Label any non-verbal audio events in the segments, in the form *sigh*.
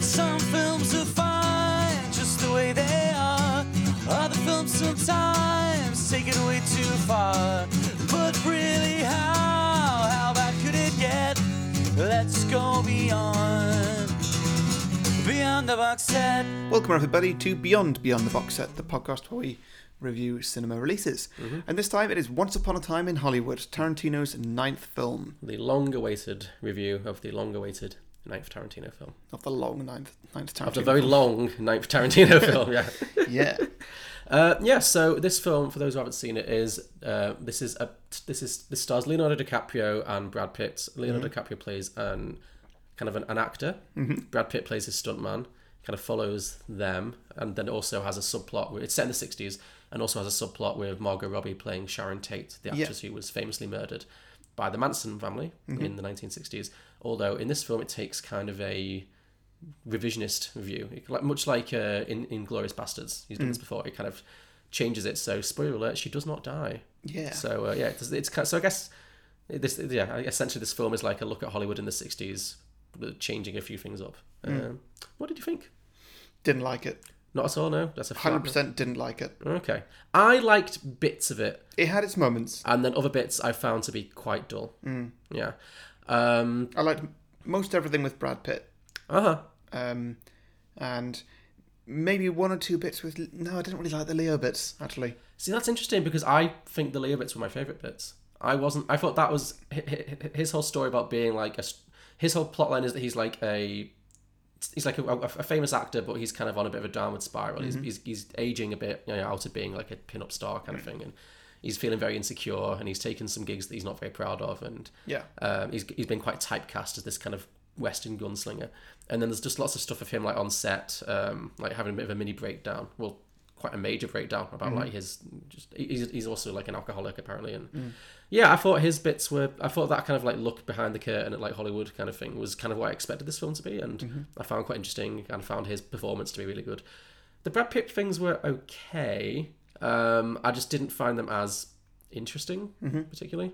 Some films are fine just the way they are. Other films sometimes take it way too far. But really, how? How bad could it get? Let's go beyond. Beyond the box set. Welcome, everybody, to Beyond Beyond the Box Set, the podcast where we review cinema releases. Mm-hmm. And this time it is Once Upon a Time in Hollywood, Tarantino's ninth film. the long-awaited review of the long-awaited ninth Tarantino film. Not the long ninth, ninth Tarantino. Of the very long ninth Tarantino film, yeah. *laughs* Yeah. Uh, yeah, so this film, for those who haven't seen it, is uh, this is a this is this stars Leonardo DiCaprio and Brad Pitt. Leonardo DiCaprio plays an kind of an, an actor. Brad Pitt plays his stuntman. Kind of follows them, and then also has a subplot. Where, it's set in the '60s, and also has a subplot with Margot Robbie playing Sharon Tate, the actress who was famously murdered by the Manson family in the 1960s. Although in this film, it takes kind of a revisionist view, It- like much like uh, in Inglorious Bastards. He's done this before. It kind of changes it. So spoiler alert: she does not die. Yeah. So uh, yeah, it's, it's kind so I guess this yeah essentially this film is like a look at Hollywood in the '60s, but changing a few things up. Um, what did you think? Didn't like it. Not at all. No, that's a flat 100% didn't like it. no. Okay, I liked bits of it, It had its moments. and then other bits I found to be quite dull. Yeah. Um, I liked most everything with Brad Pitt. uh huh. Um, and maybe one or two bits with. No, I didn't really like the Leo bits, actually. See, that's interesting because I think the Leo bits were my favorite bits. I wasn't. I thought that was hi- hi- his whole story about being like a. s- His whole plotline is that he's like a. He's like a, a- a famous actor, but he's kind of on a bit of a downward spiral. He's, he's he's aging a bit, you know, out of being like a pin-up star kind of thing, and he's feeling very insecure, and he's taken some gigs that he's not very proud of, and Yeah. um, he's, he's been quite typecast as this kind of Western gunslinger. And then there's just lots of stuff of him like on set, um, like having a bit of a mini breakdown. Well, quite a major breakdown about like his just he- he's, he's also like an alcoholic apparently and yeah i thought his bits were i thought that kind of like look behind the curtain at like hollywood kind of thing was kind of what i expected this film to be and i found quite interesting and found his performance to be really good the brad pitt things were okay um i just didn't find them as interesting particularly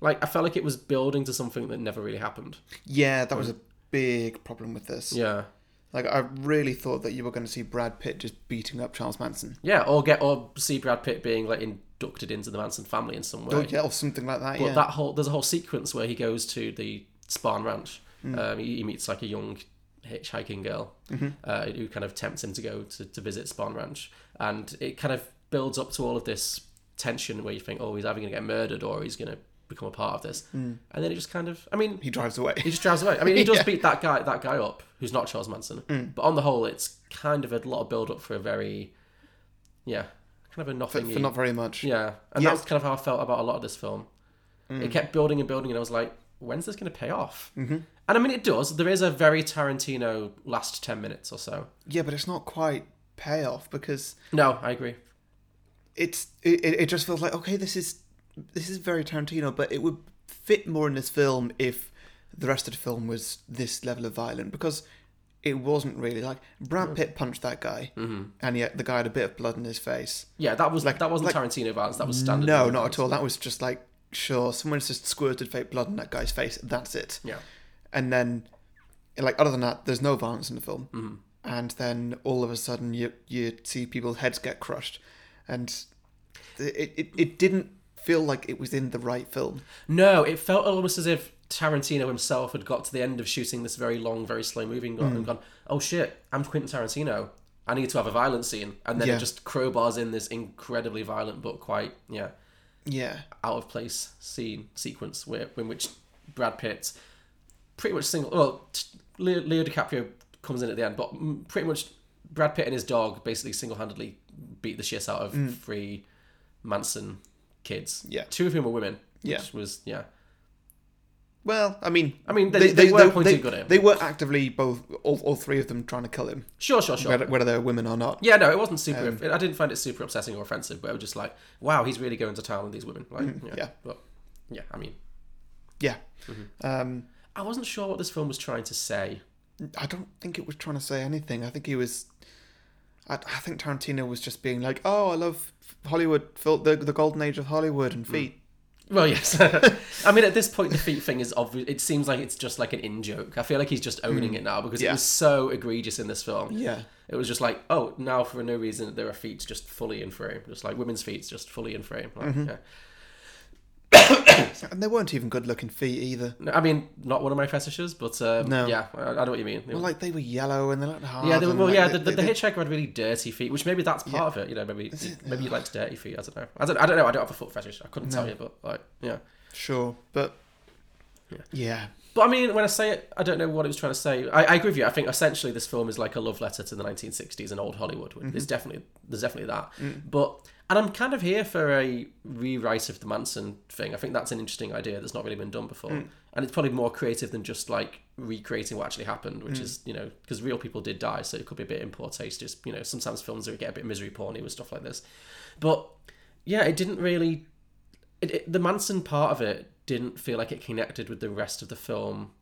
like I felt like it was building to something that never really happened. Yeah, that was a big problem with this. Yeah, Like, I really thought that you were going to see Brad Pitt just beating up Charles Manson. yeah, or get or see Brad Pitt being like inducted into the Manson family in some way. Oh, yeah, or something like that. But yeah. that whole there's a whole sequence where he goes to the Sparn Ranch. Mm. Um, he, he meets like a young hitchhiking girl Mm-hmm. uh, who kind of tempts him to go to, to visit Sparn Ranch, and it kind of builds up to all of this tension where you think, oh, he's either going to get murdered or he's going to become a part of this, Mm. and then it just kind of, I mean, he drives away. *laughs* He just drives away. I mean, he does beat that guy that guy up, who's not Charles Manson. Mm. But on the whole, it's kind of a lot of build up for a very, yeah, kind of a for, nothing. for not very much. yeah, and Yeah. Mm. that's kind of how I felt about a lot of this film. It kept building and building, and I was like, when's this going to pay off? Mm-hmm. And I mean, it does. There is a very Tarantino last ten minutes or so. Yeah, but it's not quite payoff because No, I agree. it's it, it it just feels like okay, this is this is very Tarantino, but it would fit more in this film if the rest of the film was this level of violent because it wasn't really like Mm. Brad Pitt punched that guy, Mm-hmm. and yet the guy had a bit of blood in his face. Yeah, that was Like- that like- wasn't Tarantino violence. That was standard. No, not at all. That was just like sure, someone's just squirted fake blood in that guy's face. That's it. Yeah. and then like other than that there's no violence in the film Mm-hmm. and then all of a sudden you you see people's heads get crushed and it, it, it didn't feel like it was in the right film No, it felt almost as if Tarantino himself had got to the end of shooting this very long, very slow moving gun Hmm. and gone, oh shit, I'm Quentin Tarantino. I need to have a violent scene. And then Yeah. it just crowbars in this incredibly violent but quite, yeah, yeah out of place scene sequence where, in which Brad Pitt pretty much single, well, t- Leo, Leo DiCaprio comes in at the end, but mm, pretty much Brad Pitt and his dog basically single handedly beat the shit out of three Manson kids. Hmm. Yeah. Two of whom were women. Yeah. Which was, yeah. well i mean I mean, they- they were pointing they, good at him. they were actively both all, all three of them trying to kill him Sure, sure, sure. whether, whether they're women or not Yeah, no, it wasn't super. Um, I didn't find it super obsessing or offensive, but it was just like, wow, he's really going to town on these women. Like, yeah, Mm-hmm. yeah. but yeah, I mean, yeah Mm-hmm. um I wasn't sure what this film was trying to say. i don't think it was trying to say anything i think he was I, I think Mm. Tarantino was just being like, "Oh, I love Hollywood, fil- the the golden age of Hollywood and feet." Well, yes. *laughs* I mean, at this point, the feet thing is obvious. It seems like it's just like an in joke. I feel like he's just owning it now because Mm. Yeah. it was so egregious in this film. Yeah. It was just like, oh, now for no reason, there are feet just fully in frame. Just like women's feet just fully in frame. Like, Mm-hmm. yeah. And they weren't even good looking feet either. No, I mean, not one of my fetishes, but um, No. yeah, I, I know what you mean. They Well, were- like they were yellow and they looked hard. yeah, they were, and, well, like, yeah. they- The, the, they- the hitchhiker had really dirty feet, which maybe that's part Yeah. of it. You know, maybe maybe he likes dirty feet. I don't know. I don't. I don't know. I don't have a foot fetish. I couldn't tell No. you, but like, yeah. Sure, but Yeah. yeah, But I mean, when I say it, I don't know what it was trying to say. I, I agree with you. I think essentially this film is like a love letter to the 1960s and old Hollywood. There's definitely there's definitely that. But and I'm kind of here for a rewrite of the Manson thing. I think that's an interesting idea that's not really been done before, and it's probably more creative than just like recreating what actually happened, which is you know because real people did die, so it could be a bit in poor taste. Just you know sometimes films get a bit misery porny with stuff like this, but yeah, it didn't really it, it, the Manson part of it didn't feel like it connected with the rest of the film.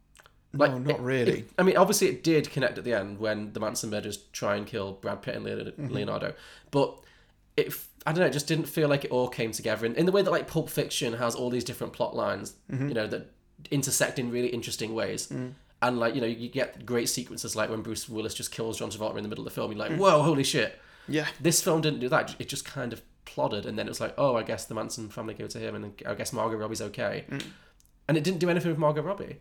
no, it- not really. it- I mean, obviously it did connect at the end when the Manson murders try and kill Brad Pitt and Leonardo, Mm-hmm. Leonardo. but it f- I don't know, it just didn't feel like it all came together in, in the way that like Pulp Fiction has all these different plot lines, Mm-hmm. you know, that intersect in really interesting ways. Mm. And like you know, you get great sequences like when Bruce Willis just kills John Travolta in the middle of the film. You're Mm. like, whoa, holy shit! yeah, this film didn't do that. It just kind of plodded, and then it was like, oh, I guess the Manson family go to him, and I guess Margot Robbie's okay. And it didn't do anything with Margot Robbie.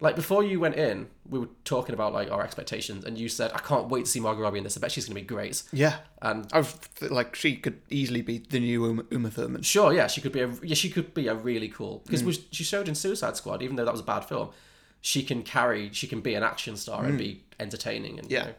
Like before you went in, we were talking about like our expectations, and you said, I can't wait to see Margot Robbie in this. I bet she's going to be great. yeah. And I've like she could easily be the new Uma, Uma Thurman. sure, yeah, she could be a yeah, she could be a really cool because we she showed in Suicide Squad, even though that was a bad film, she can carry, she can be an action star and be entertaining. And, you Yeah. know.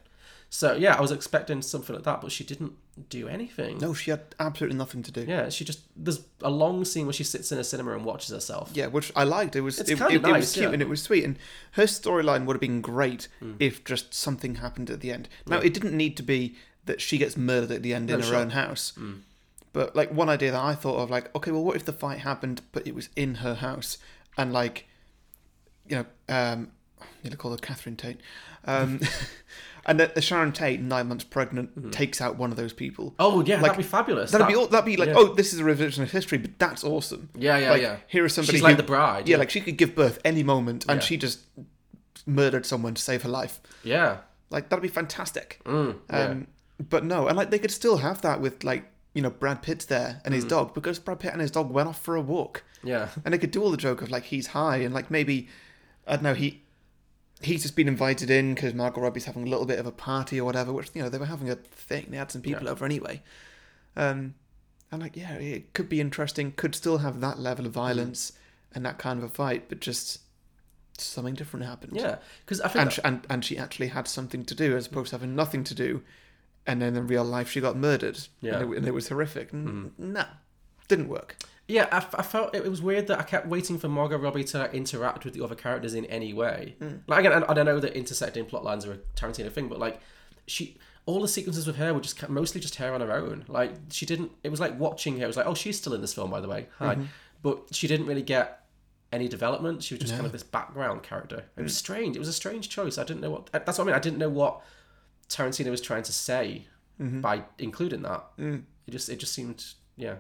So yeah, I was expecting something like that, but she didn't do anything. No, she had absolutely nothing to do. Yeah, Yeah, she just there's a long scene where she sits in a cinema and watches herself. which I liked. It was It's it, kinda it- it was nice, cute yeah. Hmm. and it was sweet, and her storyline would have been great if just something happened at the end. Now it didn't need to be that she gets murdered at the end in her sure. Hmm. own house. But like one idea that I thought of, like, okay, well, what if the fight happened, but it was in her house, and like, you know, um, I'm gonna call her Catherine Tate, *laughs* um, *laughs* and that Sharon Tate, nine months pregnant, takes out one of those people. Hmm. Oh yeah, Like, that'd be fabulous. That'd be That- all, that'd be like, yeah. oh, this is a revision of history, but that's awesome. Yeah, yeah, like, yeah. Here is somebody She's like who- the bride. yeah, like she could give birth any moment, and Yeah. she just murdered someone to save her life. yeah, Like that'd be fantastic. Mm, yeah. Um, But no, and like they could still have that with like you know Brad Pitt's there and his Mm. dog because Brad Pitt and his dog went off for a walk, yeah, and they could do all the joke of like he's high and like maybe I don't know he. He's just been invited in because Margot Robbie's having a little bit of a party or whatever, which you know they were having a thing. They had some people over anyway. Um, and like, yeah, it could be interesting. Could still have that level Mm. of violence and that kind of a fight, but just something different happened yeah. Because I think and that- she, and and she actually had something to do as opposed to having nothing to do, and then in real life she got murdered. Yeah. Mm. and it, and it was horrific. N- No, didn't work. yeah, I, f- I felt it, it was weird that I kept waiting for Margot Robbie to like, interact with the other characters in any way. Like again, I, I don't know that intersecting plot lines are a Tarantino thing, but like she. All the sequences with her were just ca- mostly just her on her own. Like she didn't. It was like watching her. It was like, oh, she's still in this film, by the way. Hi, but she didn't really get any development. She was just kind of this background character. It was strange. It was a strange choice. I didn't know what. uh, That's what I mean. I didn't know what Tarantino was trying to say by including that. It just it just seemed yeah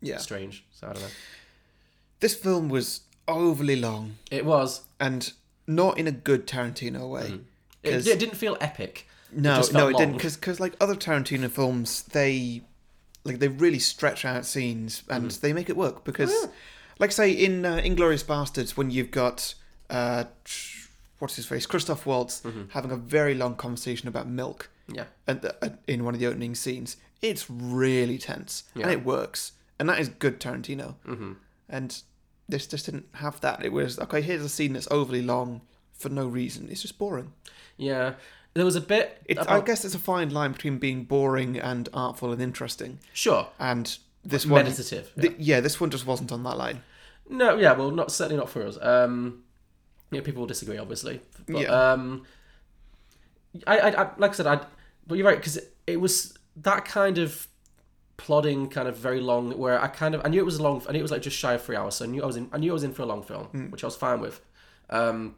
Yeah, strange. So I don't know. this film was overly long It was. and not in a good Tarantino way. It, 'Cause- it didn't feel epic. No, Mm. just no, felt it didn't. long. Because like other Tarantino films, they like they really stretch out scenes and Mm. they make it work. Because, Oh, like say in uh, Inglorious Bastards, when you've got uh, tr- what's his face, Christoph Waltz, Mm-hmm. having a very long conversation about milk. Yeah. at the, at, in one of the opening scenes. It's really tense and Yeah. it works, and that is good Tarantino. Mm-hmm. And this just didn't have that. It was okay. Here's a scene that's overly long for no reason. It's just boring. Yeah. There was a bit. It's, I about- guess it's a fine line between being boring and artful and interesting. sure. And this one, Meditative. th- yeah. this one just wasn't on that line. No, yeah, well, not certainly not for us. Um, you know, people will disagree, obviously. But, Yeah. Um, I, I, I, like I said, I. But you're right because it, it was that kind of plodding, kind of very long. Where I kind of I knew it was a long. I knew it was like just shy of three hours, so I knew I was in. I knew I was in for a long film, Mm. which I was fine with. Um,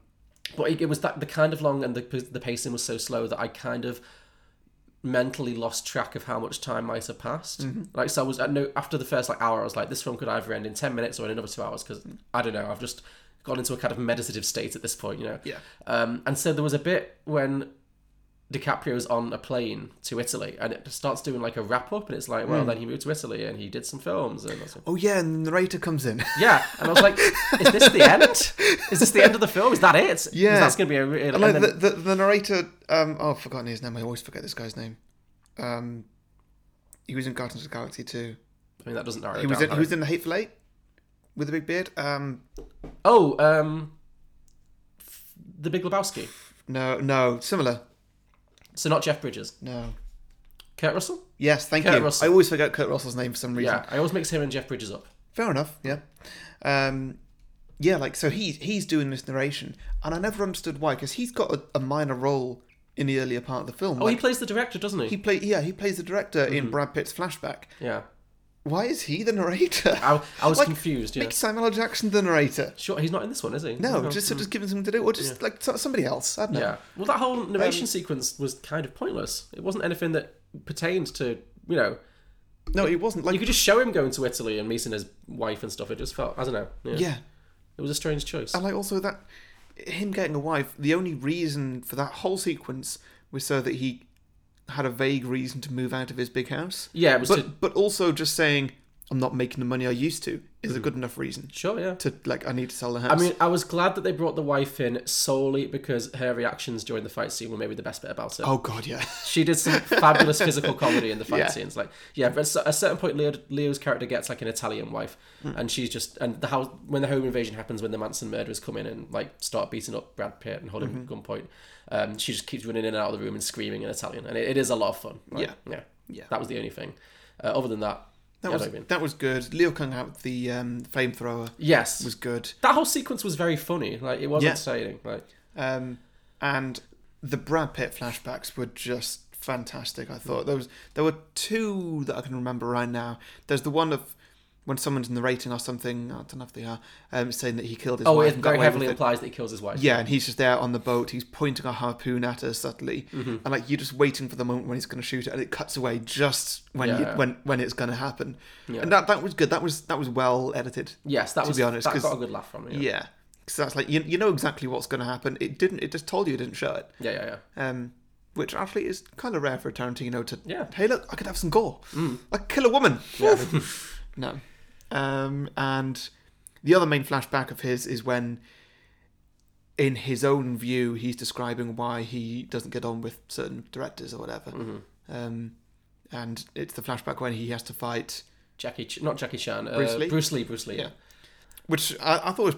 but it, it was that the kind of long and the the pacing was so slow that I kind of mentally lost track of how much time might have passed. Like, so I was, I know, after the first like hour, I was like, this film could either end in 10 minutes or in another two hours because I don't know, I've just gone into a kind of meditative state at this point, you know? Yeah. Um, and so there was a bit when DiCaprio's on a plane to Italy and it starts doing like a wrap up and it's like, well, then he moved to Italy and he did some films and that's- Oh yeah, and the narrator comes in. *laughs* yeah, and I was like, "Is this the end? Is this the end of the film? Is that it? 'Cause Yeah. that's gonna be a real." And like and then- the, the the narrator, um, oh, I've forgotten his name. I always forget this guy's name. Um, he was in Guardians of the Galaxy too. I mean, that doesn't narrow He it was down. in, he does was it? in the Hateful Eight with the big beard. Um, Oh, um, f- the Big Lebowski. no, no, similar. So not Jeff Bridges, No. Kurt Russell. Yes, thank Kurt you. Russell. I always forget Kurt Russell's name for some reason. Yeah, I always mix him and Jeff Bridges up. Fair enough. Yeah. Um, yeah, like so he he's doing this narration, and I never understood why because he's got a, a minor role in the earlier part of the film. Oh, like, he plays the director, doesn't he? Mm-hmm. he play yeah he plays the director in Brad Pitt's flashback. Yeah, Why is he the narrator? I, I was Like, confused. Yeah, Make *laughs* Samuel L. Jackson the narrator. sure, he's not in this one, is he? No, just just giving something to do, or just like so- somebody else. I don't know. Yeah. Well, that whole um, narration sequence was kind of pointless. It wasn't anything that pertained to you know. No, it wasn't like You could just show him going to Italy and meeting his wife and stuff. It just felt I don't know. yeah, It was a strange choice. and like also that him getting a wife. The only reason for that whole sequence was so that he had a vague reason to move out of his big house. yeah, it was but to, but also just saying I'm not making the money I used to is a good enough reason sure, yeah. to like I need to sell the house. Mm. I mean, I was glad that they brought the wife in solely because her reactions during the fight scene were maybe the best bit about it. oh god, yeah, *laughs* She did some fabulous physical comedy in the fight Yeah. scenes. Like, yeah, but at a certain point, Leo, Leo's character gets like an Italian wife, and she's just and the house when the home invasion happens, when the Manson murderers come in and like start beating up Brad Pitt and hold him at gunpoint, um, she just keeps running in and out of the room and screaming in Italian, and it, it is a lot of fun. Like, Yeah. yeah, Yeah. That was the only thing. Uh, other than that, that yeah, I was don't mean- that was good. Leo Kung out with the um, flamethrower yes, was good, that whole sequence was very funny. Like, it was Yeah. entertaining. Like. um, and the Brad Pitt flashbacks were just fantastic. I thought there was there were two that I can remember right now. There's the one of when someone's narrating or something. I don't know if they are um, saying that he killed his Oh, wife. it and got very away with heavily it. implies that he kills his wife. Yeah, and he's just there on the boat. He's pointing a harpoon at her subtly, Mm-hmm. and like you're just waiting for the moment when he's going to shoot it, and it cuts away just when you, Yeah. when when it's going to happen. Yeah. And that that was good. That was that was well edited. Yes, that To was. be honest, that 'cause- got a good laugh from me. Yeah, Yeah. because that's like you you know exactly what's going to happen. It didn't. It just told you. It didn't show it. yeah, yeah, yeah. Um, which actually is kind of rare for a Tarantino to. Yeah. Hey, look, I could have some gore. Like kill a woman. Woof. *laughs* no. Um, and the other main flashback of his is when, in his own view, he's describing why he doesn't get on with certain directors or whatever. Um, and it's the flashback when he has to fight, Jackie, Ch- not Jackie Chan. Uh, Bruce Bruce Lee? Lee. Bruce Lee. Bruce Lee. Yeah. which I, I thought was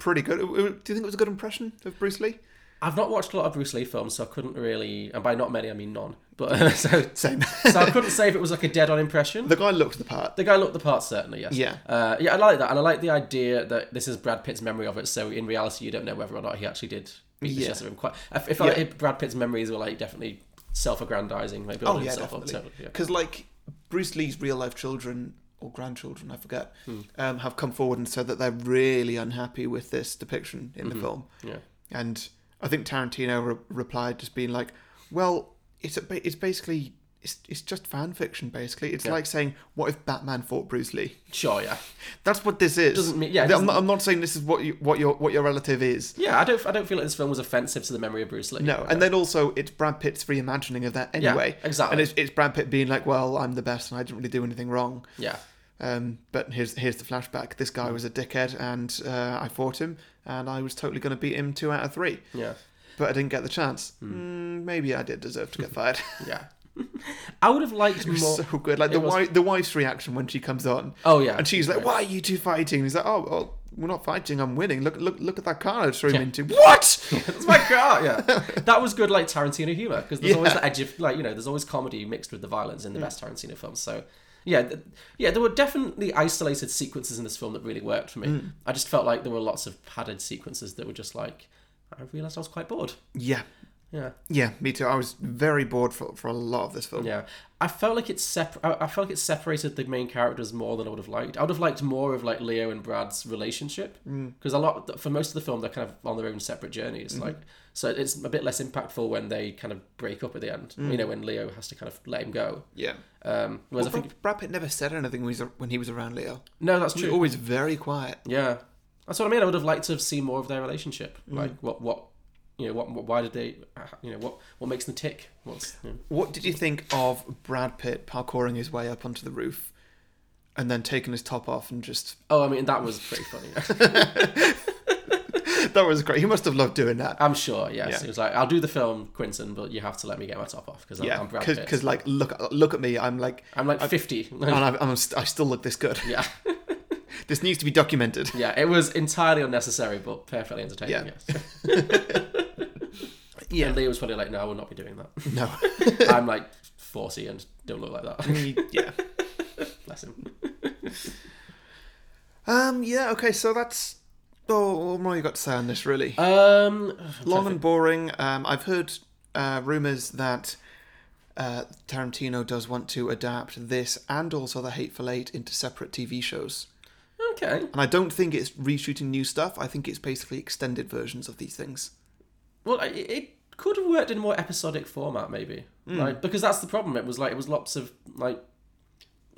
pretty good. It- it- Do you think it was a good impression of Bruce Lee? I've not watched a lot of Bruce Lee films, so I couldn't really. And by not many, I mean none. But *laughs* so, Same. so I couldn't say if it was like a dead-on *laughs* impression. the guy looked the part. The guy looked the part, certainly. Yes. Yeah. Uh, yeah, I like that, and I like the idea that this is Brad Pitt's memory of it. So in reality, you don't know whether or not he actually did beat the Yeah. chest of him. Quite. I f- It felt Yeah. like Brad Pitt's memories were like definitely self-aggrandizing, like Oh building yeah, himself up. definitely. So, yeah. Because like Bruce Lee's real life children or grandchildren, I forget, Hmm. um, have come forward and said that they're really unhappy with this depiction in Mm-hmm. the film. yeah. And I think Tarantino re- replied just being like, "Well, it's a, ba- it's basically." It's, it's just fan fiction, basically. It's Yeah. like saying, "What if Batman fought Bruce Lee?" Sure. Yeah. That's what this is. Doesn't mean- yeah, it I'm, doesn't- not, I'm not saying this is what you, what your what your relative is. Yeah. I don't. I don't feel like this film was offensive to the memory of Bruce Lee. No, and then also it's Brad Pitt's reimagining of that Yeah, anyway. exactly. And it's, it's Brad Pitt being like, "Well, I'm the best, and I didn't really do anything wrong." Yeah. Um, but here's here's the flashback. This guy was a dickhead, and uh, I fought him, and I was totally going to beat him two out of three, Yeah. but I didn't get the chance. Mm. Hmm. maybe I did deserve to get *laughs* fired. *laughs* Yeah. I would have liked more. so good, like the It was- wife, the wife's reaction when she comes on, Oh yeah. and she's like, Right. "Why *laughs* are you two fighting?" he's like, "Oh, well, we're not fighting. I'm winning. Look, look, look at that car I threw him into. *laughs* What? That's my car. Yeah. that was good, like Tarantino humor, because there's always Yeah. the edge of like you know, there's always comedy mixed with the violence in the best Tarantino films. So. Yeah, th- yeah, there were definitely isolated sequences in this film that really worked for me. Mm. I just felt like there were lots of padded sequences that were just like, I realised I was quite bored. yeah, Yeah. Yeah, me too. I was very bored for, for a lot of this film. Yeah, I felt like it separ- I, I felt like it separated the main characters more than I would have liked. I would have liked more of like Leo and Brad's relationship because a lot for most of the film they're kind of on their own separate journeys. Like, so it's a bit less impactful when they kind of break up at the end. You know, when Leo has to kind of let him go. Yeah. Um, Well, whereas I think Brad, Brad Pitt never said anything when he was, when he was around Leo. no, that's He was true. always very quiet. Yeah, that's what I mean. I would have liked to have seen more of their relationship. Like, what what. You know what, what? Why did they? uh, You know what? What makes them tick? What's you know. What did you think of Brad Pitt parkouring his way up onto the roof and then taking his top off and just. *laughs* oh, I mean that was pretty funny. *laughs* That was great. He must have loved doing that. I'm sure. Yes, Yeah. it was like I'll do the film, Quentin, but you have to let me get my top off because I'm, Yeah, I'm Brad Pitt. because like look look at me, I'm like, I'm like *laughs* 50. and I'm, I'm st- I still look this good. *laughs* yeah, This needs to be *laughs* documented. yeah. It was entirely unnecessary, but perfectly entertaining. Yeah. Yes. *laughs* Yeah. And Leo was probably like, "No, I will not be doing *laughs* that." *laughs* No. I'm like 40 and don't look like Mm. that. yeah. *laughs* Bless him. Um. Yeah. Okay. So that's. Oh, what more you got to say on this? Really Um, long and boring. Um. I've heard uh, rumors that. Uh, Tarantino does want to adapt this and also The Hateful Eight into separate TV shows. okay. And I don't think it's reshooting new stuff. I think it's basically extended versions of these things. Well, it, it could have worked in a more episodic format, maybe. Hmm. Like because that's the problem. It was like it was lots of like.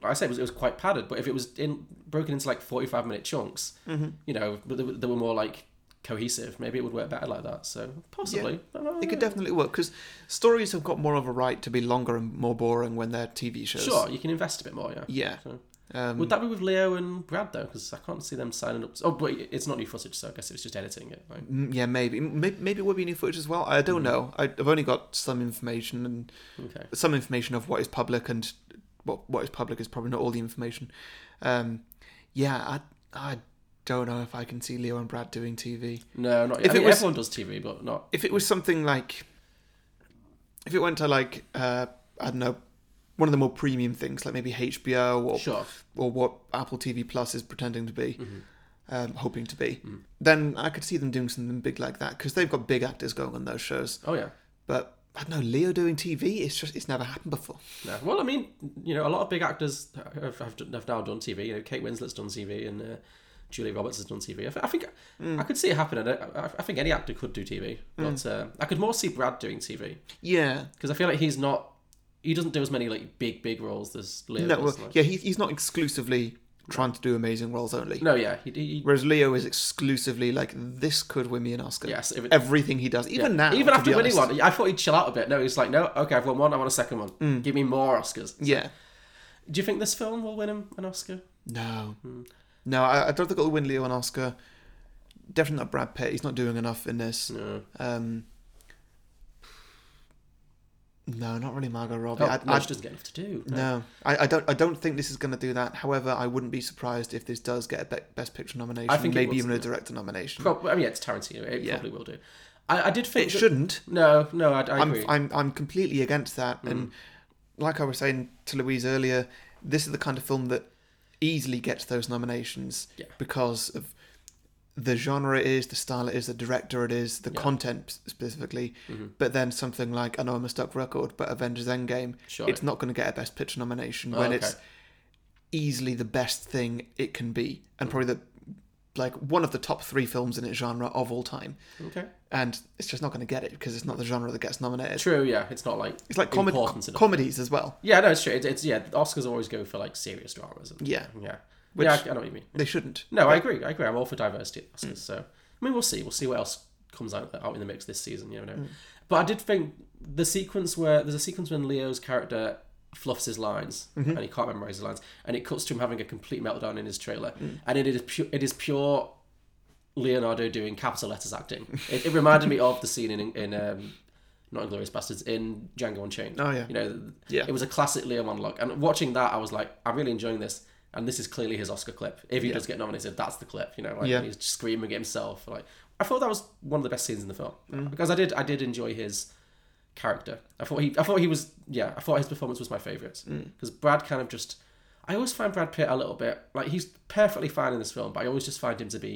I say it was, it was quite padded, but if it was in broken into like forty-five minute chunks, Mm-hmm. you know, but they, were- they were more like cohesive. Maybe it would work better like that. So possibly, Uh, It could definitely work because stories have got more of a right to be longer and more boring when they're TV shows. sure you can invest a bit more. Yeah. Yeah. So- Um, Would that be with Leo and Brad though? Because I can't see them signing up. Oh, but it's not new footage, so I guess it was just editing it. Right? Mm, Yeah, maybe. M- may- Maybe it will be new footage as well. I Hmm. don't know. I- I've only got some information and Okay. some information of what is public and what what is public is probably not all the information. Um, yeah, I I don't know if I can see Leo and Brad doing TV. No, not. If I it mean, was- everyone does TV, but not. If it was something like, if it went to like uh, I don't know, one of the more premium things like maybe HBO or Sure. Mm-hmm. or what Apple TV Plus is pretending to be, um, hoping to be, Mm. then I could see them doing something big like that because they've got big actors going on those shows. Oh yeah. But I don't know, Leo doing TV, it's just, it's never happened before. No. Well, I mean, you know, a lot of big actors have, have, done- have now done TV. You know, Kate Winslet's done TV and uh, Julia Roberts has done TV. I, th- I think Mm. I could see it happening. I, I, I think any actor could do TV, but uh, I could more see Brad doing TV Yeah. because I feel like he's not. He doesn't do as many like big big roles as Leo. No, well, does, like- yeah, he, he's not exclusively trying to do amazing roles only. No, yeah, he, he- Whereas Leo is exclusively like, this could win me an Oscar. Yes, if it- Everything he does, even now. even to after be winning honest. one, I thought he'd chill out a bit. No, he's like, no, okay, I've won one. I want a second one. Mm. Give me more Oscars. Yeah. Do you think this film will win him an Oscar? No. Hmm. No, I, I don't think it'll win Leo an Oscar. Definitely not Brad Pitt. He's not doing enough in this. No. Um, no, not really Margot Robbie. Oh, I, no, I, she doesn't get enough to do. no, I, I don't. I don't think this is going to do that. However, I wouldn't be surprised if this does get a Be- Best Picture nomination. I think it maybe will, even a yeah. director nomination. Prob- I mean, yeah, it's Tarantino. It Yeah. probably will do. I, I did think it that- shouldn't. No, no, I, I I'm, agree. Mm. I'm I'm completely against that. And like I was saying to Louise earlier, this is the kind of film that easily gets those nominations Yeah. because of the genre it is, the style it is, the director it is, the content specifically. Mm-hmm. But then something like I know I'm a stuck record, but Avengers Endgame, Sure. it's not going to get a Best Picture nomination when it's okay. easily the best thing it can be, and Mm. probably the like one of the top three films in its genre of all time. okay. And it's just not going to get it because it's not the genre that gets nominated. True. Yeah, it's not like It's like comedy, important enough. comedies as well. yeah, no, it's true. It's, it's yeah. the Oscars always go for like serious dramas. And, Yeah, yeah. Which- yeah, I, I know what you mean. they shouldn't. No, I agree. I agree. I'm all for diversity at Mm. Oscars. So I mean, we'll see. We'll see what else comes out out in the mix this season. You know. Mm. But I did think the sequence where there's a sequence when Leo's character fluffs his lines Mm-hmm. and he can't memorize his lines, and it cuts to him having a complete meltdown in his trailer, Mm. and it is pure. It is pure. Leonardo doing capital letters acting. It, it reminded me of the scene in in um, not Inglorious Bastards in Django Unchained. Oh, yeah. you know, Yeah. it was a classic Leo monologue. And watching that, I was like, I'm really enjoying this. And this is clearly his Oscar clip. If he does get nominated, that's the clip. You know, like Yeah. when he's just screaming at himself. Like I thought that was one of the best scenes in the film Mm. because I did I did enjoy his character. I thought he I thought he was yeah I thought his performance was my favorite Mm. because Brad kind of just I always find Brad Pitt a little bit like he's perfectly fine in this film, but I always just find him to be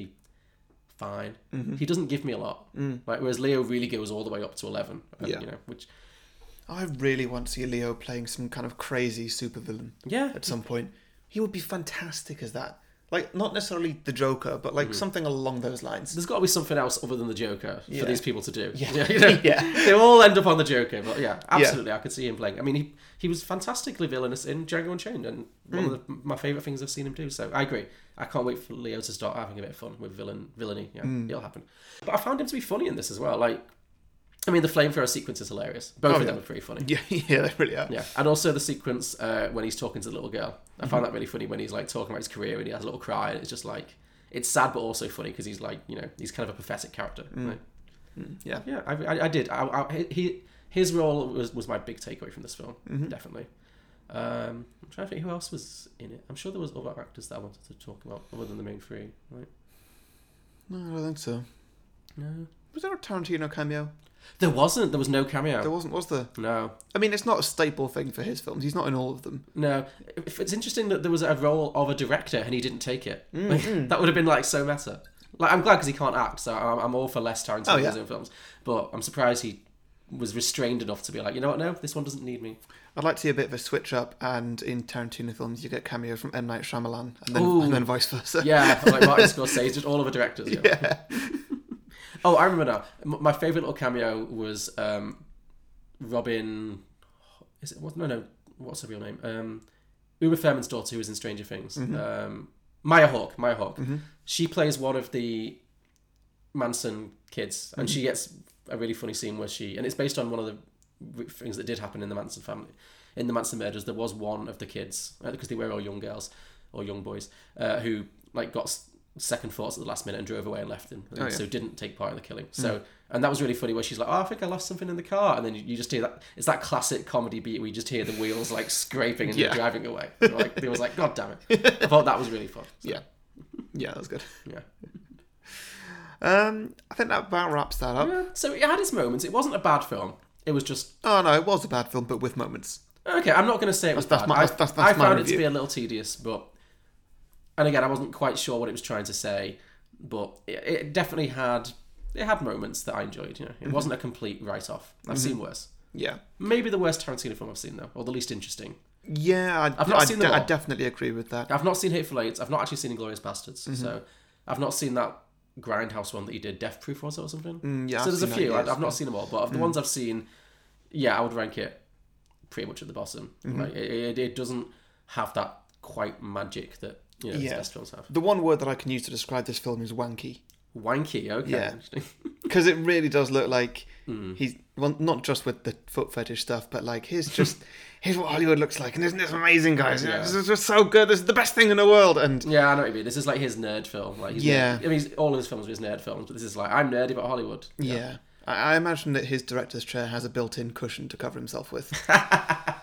fine. Mm-hmm. He doesn't give me a lot. Like whereas Leo really goes all the way up to eleven. uh, Mm. Yeah. You know, which I really want to see Leo playing some kind of crazy supervillain yeah, at some point. He would be fantastic as that. Like not necessarily the Joker, but Mm-hmm. like something along those lines. there's got to be something else other than the Joker Yeah. for these people to do. Yeah. *laughs* you know? *laughs* Yeah. They all end up on the Joker, but yeah, absolutely, I could see him playing. I mean, he he was fantastically villainous in Django Unchained, and one of Hmm. the, my favorite things I've seen him do. So I agree. I can't wait for Leo to start having a bit of fun with villain villainy. Yeah, Hmm. it'll happen. But I found him to be funny in this as well. Like, I mean, the flamethrower sequence is hilarious. Both of them Oh, yeah. are pretty funny. *laughs* Yeah, yeah, they really are. Yeah, and also the sequence uh, when he's talking to the little girl. I found that really funny when he's like talking about his career and he has a little cry and it's just like it's sad but also funny because he's like you know he's kind of a pathetic character. right? Mm. yeah. yeah, I, I, I did. I, I, he his role was, was my big takeaway from this film, Mm-hmm. definitely. Um, I'm trying to think who else was in it. I'm sure there was other actors that I wanted to talk about other than the main three, right? No, I don't think so. No, Was there a Tarantino cameo? there wasn't. There was no cameo. There wasn't, was there? no, I mean, it's not a staple thing for his films. He's not in all of them. No, If- it's interesting that there was a role of a director and he didn't take it. Mm, that would have been like so meta. Like I'm glad because he can't act, so I'm, I'm all for less Tarantino Oh, in yeah. his own films. But I'm surprised he was restrained enough to be like, you know what, no, this one doesn't need *laughs* me. I'd like to see a bit of a switch up, and in Tarantino films, you get cameos from M Night Shyamalan, and then, Ooh. and then vice versa. Yeah, like Martin Scorsese, just all of the directors. Yeah. *laughs* oh, I remember now. M- My favorite little cameo was um, Robin. Is it what? No, no. What's her real name? Um, Uma Thurman's daughter, who is in Stranger Things. Mm-hmm. Um, Maya Hawke. Maya Hawke. She plays one of the Manson kids, and Mm-hmm. she gets a really funny scene where she, and it's based on one of the r- things that did happen in the Manson family, in the Manson murders. There was one of the kids uh, because they were all young girls or young boys uh, who like got s- second thoughts at the last minute and drove away and left him, and Oh, yeah. Mm. so didn't take part in the killing. So, and that was really funny where she's like, "Oh, I think I lost something in the car," and then you, you just hear that it's that classic comedy beat where you just hear the wheels like scraping and *laughs* Yeah. they're driving away. You're Like they was like, "God damn *laughs* it!" I thought that was really fun. So, yeah, yeah, that's good. yeah. Um, I think that about wraps that up. Yeah, So it had its moments. It wasn't a bad film. It was just Oh no, it was a bad film, but with moments. okay. I'm not going to say it was That's- that's bad. my- I, that's- that's I my found it to review. be a little tedious, but and again, I wasn't quite sure what it was trying to say, but it, it definitely had it had moments that I enjoyed. You know, Mm-hmm. it wasn't a complete write off. I've seen worse. Yeah, Maybe the worst Tarantino film I've seen though, or the least interesting. yeah, I, I've not I seen de- them I all. definitely agree with that. I've not seen Hateful Eight. I've not actually seen Inglorious Bastards, Mm-hmm. so I've not seen that Grindhouse one that you did, Death Proof was it or something? Mm, yeah, Mm. so I've there's a seen that few. I, years I've not seen them all, but of the ones I've seen, yeah, I would rank it pretty much at the bottom. Mm-hmm. Like it, it, it doesn't have that quite magic that you know his Yeah. best films have. The one word that I can use to describe this film is wanky, Wanky, okay. Yeah. interesting. because it really does look like Hmm. he's well, not just with the foot fetish stuff, but like here's *laughs* just here's what Hollywood looks like, and isn't this amazing, guys? Yeah. This is just so good. This is the best thing in the world, and *laughs* yeah, I know what you mean. This is like his nerd film. Like he's Yeah. nerd- I mean, he's- all of his films are his nerd films, but this is like I'm nerdy about Hollywood. Yeah. I, I imagine that his director's chair has a built in cushion to cover himself with. *laughs*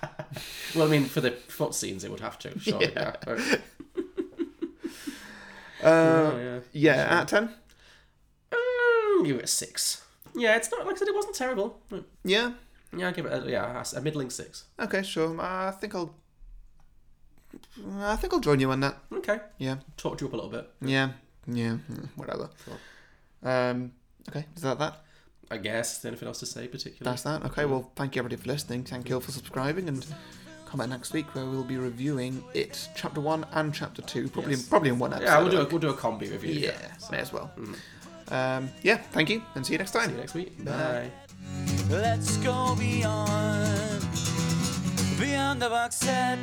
Well, I mean, for the foot scenes, it would *laughs* have to. Surely, yeah. yeah. Uh, yeah. yeah, out of 10? Mm, give it a six. Yeah, it's not like I said, it wasn't terrible. Mm, Yeah. Yeah, I give it a, yeah a middling six. Okay, sure. I think I'll. I think I'll join you on that. Okay, Yeah. talked you up a little bit, Yeah. Yeah. mm, Whatever. Um, okay, is that that? I guess. Anything else to say particularly? That's that. Okay, well, thank you everybody for listening. Thank you all for subscribing and come back next week where we'll be reviewing it, chapter one and chapter two, probably Yes. probably in one episode. yeah, we'll do a, I we'll do a combi review. think. Yeah, may as well. Um, yeah, thank you, and see you next time. See you next week. Bye. Bye. Let's go beyond, beyond the box set.